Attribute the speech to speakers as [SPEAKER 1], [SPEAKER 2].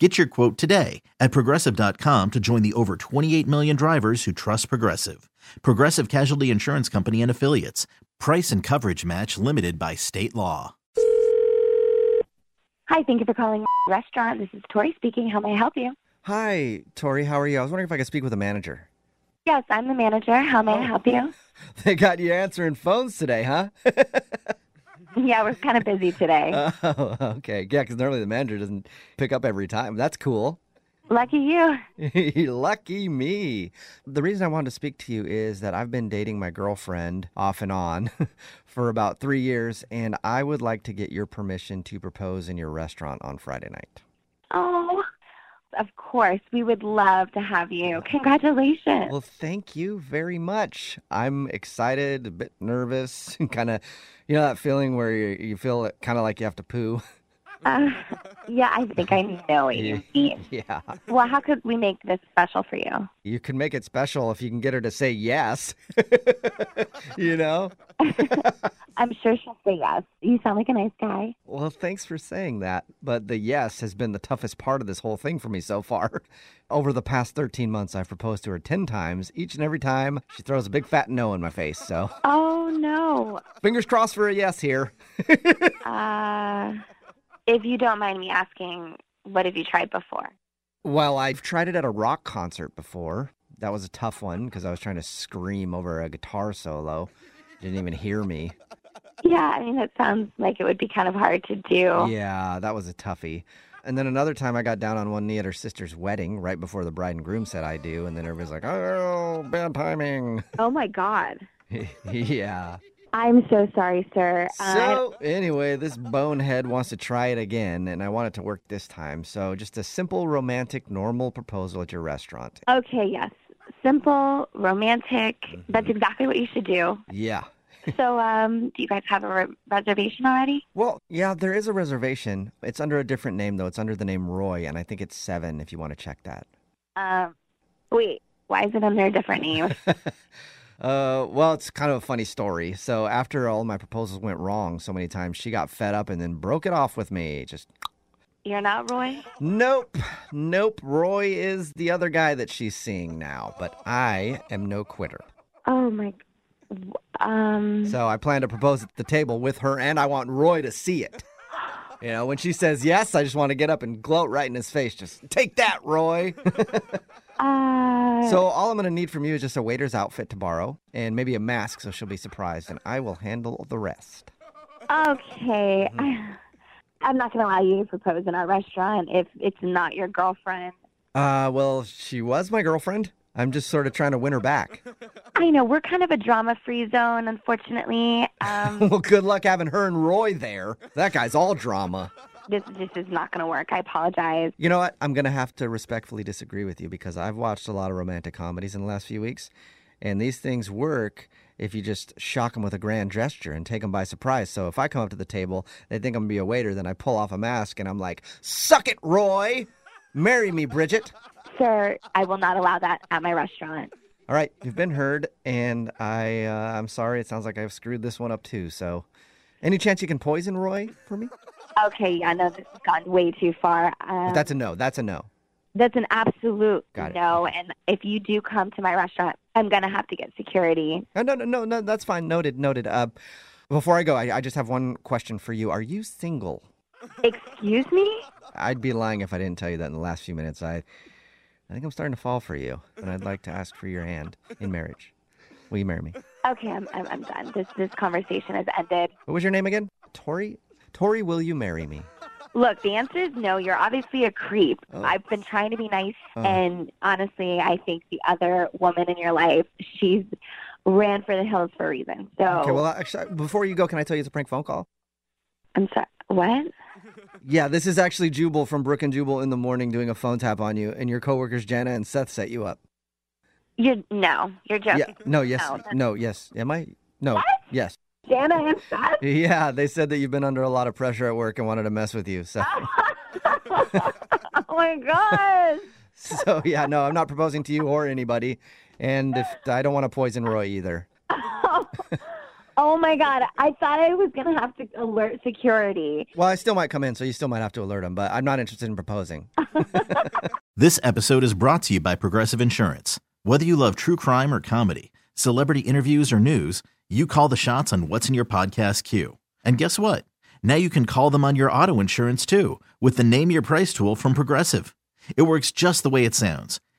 [SPEAKER 1] Get your quote today at progressive.com to join the over 28 million drivers who trust Progressive. Progressive Casualty Insurance Company and Affiliates. Price and coverage match limited by state law.
[SPEAKER 2] Hi, thank you for calling restaurant. This is Tori speaking. How may I help you?
[SPEAKER 3] Hi, Tori. How are you? I was wondering if I could speak with a manager.
[SPEAKER 2] Yes, I'm the manager. How may I help you?
[SPEAKER 3] They got you answering phones today, huh?
[SPEAKER 2] Yeah, we're kind of busy today.
[SPEAKER 3] oh, okay. Yeah, because normally the manager doesn't pick up every time. That's cool.
[SPEAKER 2] Lucky you.
[SPEAKER 3] Lucky me. The reason I wanted to speak to you is that I've been dating my girlfriend off and on for about three years, and I would like to get your permission to propose in your restaurant on Friday night.
[SPEAKER 2] Oh, of course. We would love to have you. Congratulations.
[SPEAKER 3] Well, thank you very much. I'm excited, a bit nervous, and kind of, you know, that feeling where you, you feel kind of like you have to poo.
[SPEAKER 2] Uh, yeah, I think I know what you mean.
[SPEAKER 3] yeah.
[SPEAKER 2] Well, how could we make this special for you?
[SPEAKER 3] You can make it special if you can get her to say yes. you know?
[SPEAKER 2] I'm sure she'll say yes. You sound like a nice guy.
[SPEAKER 3] Well, thanks for saying that. But the yes has been the toughest part of this whole thing for me so far. Over the past 13 months, I've proposed to her 10 times. Each and every time, she throws a big fat no in my face. So
[SPEAKER 2] Oh, no.
[SPEAKER 3] fingers crossed for a yes here.
[SPEAKER 2] Uh, if you don't mind me asking, what have you tried before?
[SPEAKER 3] Well, I've tried it at a rock concert before. That was a tough one because I was trying to scream over a guitar solo. Didn't even hear me.
[SPEAKER 2] Yeah, I mean, that sounds like it would be kind of hard to do.
[SPEAKER 3] Yeah, that was a toughie. And then another time I got down on one knee at her sister's wedding right before the bride and groom said I do. And then everybody's like, oh, bad timing.
[SPEAKER 2] Oh, my God.
[SPEAKER 3] yeah.
[SPEAKER 2] I'm so sorry, sir. Uh,
[SPEAKER 3] So, anyway, this bonehead wants to try it again, and I want it to work this time. So, just a simple, romantic, normal proposal at your restaurant.
[SPEAKER 2] okay, yes. Simple, romantic.
[SPEAKER 3] Mm-hmm.
[SPEAKER 2] That's exactly what you should do.
[SPEAKER 3] Yeah.
[SPEAKER 2] So, um, do you guys have a re- reservation already?
[SPEAKER 3] Well, yeah, there is a reservation. It's under a different name, though. It's under the name Roy, and I think it's seven if you want to check that.
[SPEAKER 2] Um, wait, why is it under a different name?
[SPEAKER 3] Uh, well, it's kind of a funny story. So after all my proposals went wrong so many times, she got fed up and then broke it off with me. Just
[SPEAKER 2] You're not Roy?
[SPEAKER 3] nope, nope. Roy is the other guy that she's seeing now, but I am no quitter.
[SPEAKER 2] Oh, my. g- Um,
[SPEAKER 3] So I plan to propose at the table with her, and I want Roy to see it. You know, when she says yes, I just want to get up and gloat right in his face. Just take that, Roy.
[SPEAKER 2] uh,
[SPEAKER 3] so all I'm going to need from you is just a waiter's outfit to borrow and maybe a mask so she'll be surprised, and I will handle the rest.
[SPEAKER 2] okay.
[SPEAKER 3] Mm-hmm.
[SPEAKER 2] I'm not going to allow you to propose in our restaurant if it's not your girlfriend.
[SPEAKER 3] Uh, well, she was my girlfriend. I'm just sort of trying to win her back.
[SPEAKER 2] I know we're kind of a drama-free zone, unfortunately. Um,
[SPEAKER 3] well, good luck having her and Roy there. That guy's all drama.
[SPEAKER 2] this this is not going to work. I apologize.
[SPEAKER 3] You know what? I'm going to have to respectfully disagree with you because I've watched a lot of romantic comedies in the last few weeks, and these things work if you just shock them with a grand gesture and take them by surprise. So if I come up to the table, they think I'm going to be a waiter, then I pull off a mask and I'm like, Suck it, Roy! Marry me, Bridget!
[SPEAKER 2] Sir, I will not allow that at my restaurant.
[SPEAKER 3] All right, you've been heard, and I uh, I'm sorry. It sounds like I've screwed this one up too. So, any chance you can poison Roy for me?
[SPEAKER 2] Okay, yeah, no, this has gone way too far. Um,
[SPEAKER 3] That's a no. That's a no.
[SPEAKER 2] that's an absolute
[SPEAKER 3] Got it.
[SPEAKER 2] no. And if you do come to my restaurant, I'm going to have to get security.
[SPEAKER 3] Uh, No, no, no, no. That's fine. Noted. Noted. Uh, before I go, I, I just have one question for you. Are you single?
[SPEAKER 2] Excuse me?
[SPEAKER 3] I'd be lying if I didn't tell you that in the last few minutes. I I think I'm starting to fall for you, and I'd like to ask for your hand in marriage. Will you marry me?
[SPEAKER 2] Okay, I'm I'm, I'm done. This this conversation has ended.
[SPEAKER 3] What was your name again? Tori. Tori, will you marry me?
[SPEAKER 2] Look, the answer is no. You're obviously a creep.
[SPEAKER 3] Oh.
[SPEAKER 2] I've been trying to be nice,
[SPEAKER 3] Uh.
[SPEAKER 2] and honestly, I think the other woman in your life, she's ran for the hills for a reason. So
[SPEAKER 3] Okay. Well, actually, before you go, can I tell you it's a prank phone call?
[SPEAKER 2] I'm sorry. What?
[SPEAKER 3] Yeah, this is actually Jubal from Brook and Jubal in the morning doing a phone tap on you, and your coworkers Jana and Seth set you up.
[SPEAKER 2] You no, you're joking.
[SPEAKER 3] Yeah, no, yes,
[SPEAKER 2] No, that's-
[SPEAKER 3] no, yes. Am I? No, Yes.
[SPEAKER 2] Santa and Seth?
[SPEAKER 3] Yeah, they said that you've been under a lot of pressure at work and wanted to mess with you. So,
[SPEAKER 2] oh my gosh.
[SPEAKER 3] so yeah, no, I'm not proposing to you or anybody. And if I don't want to poison Roy either.
[SPEAKER 2] Oh my God. I thought I was going to have to alert security.
[SPEAKER 3] Well, I still might come in, so you still might have to alert him, but I'm not interested in proposing.
[SPEAKER 1] This episode is brought to you by Progressive Insurance. Whether you love true crime or comedy, celebrity interviews or news, you call the shots on what's in your podcast queue. And guess what? Now you can call them on your auto insurance too with the Name Your Price tool from Progressive. It works just the way it sounds.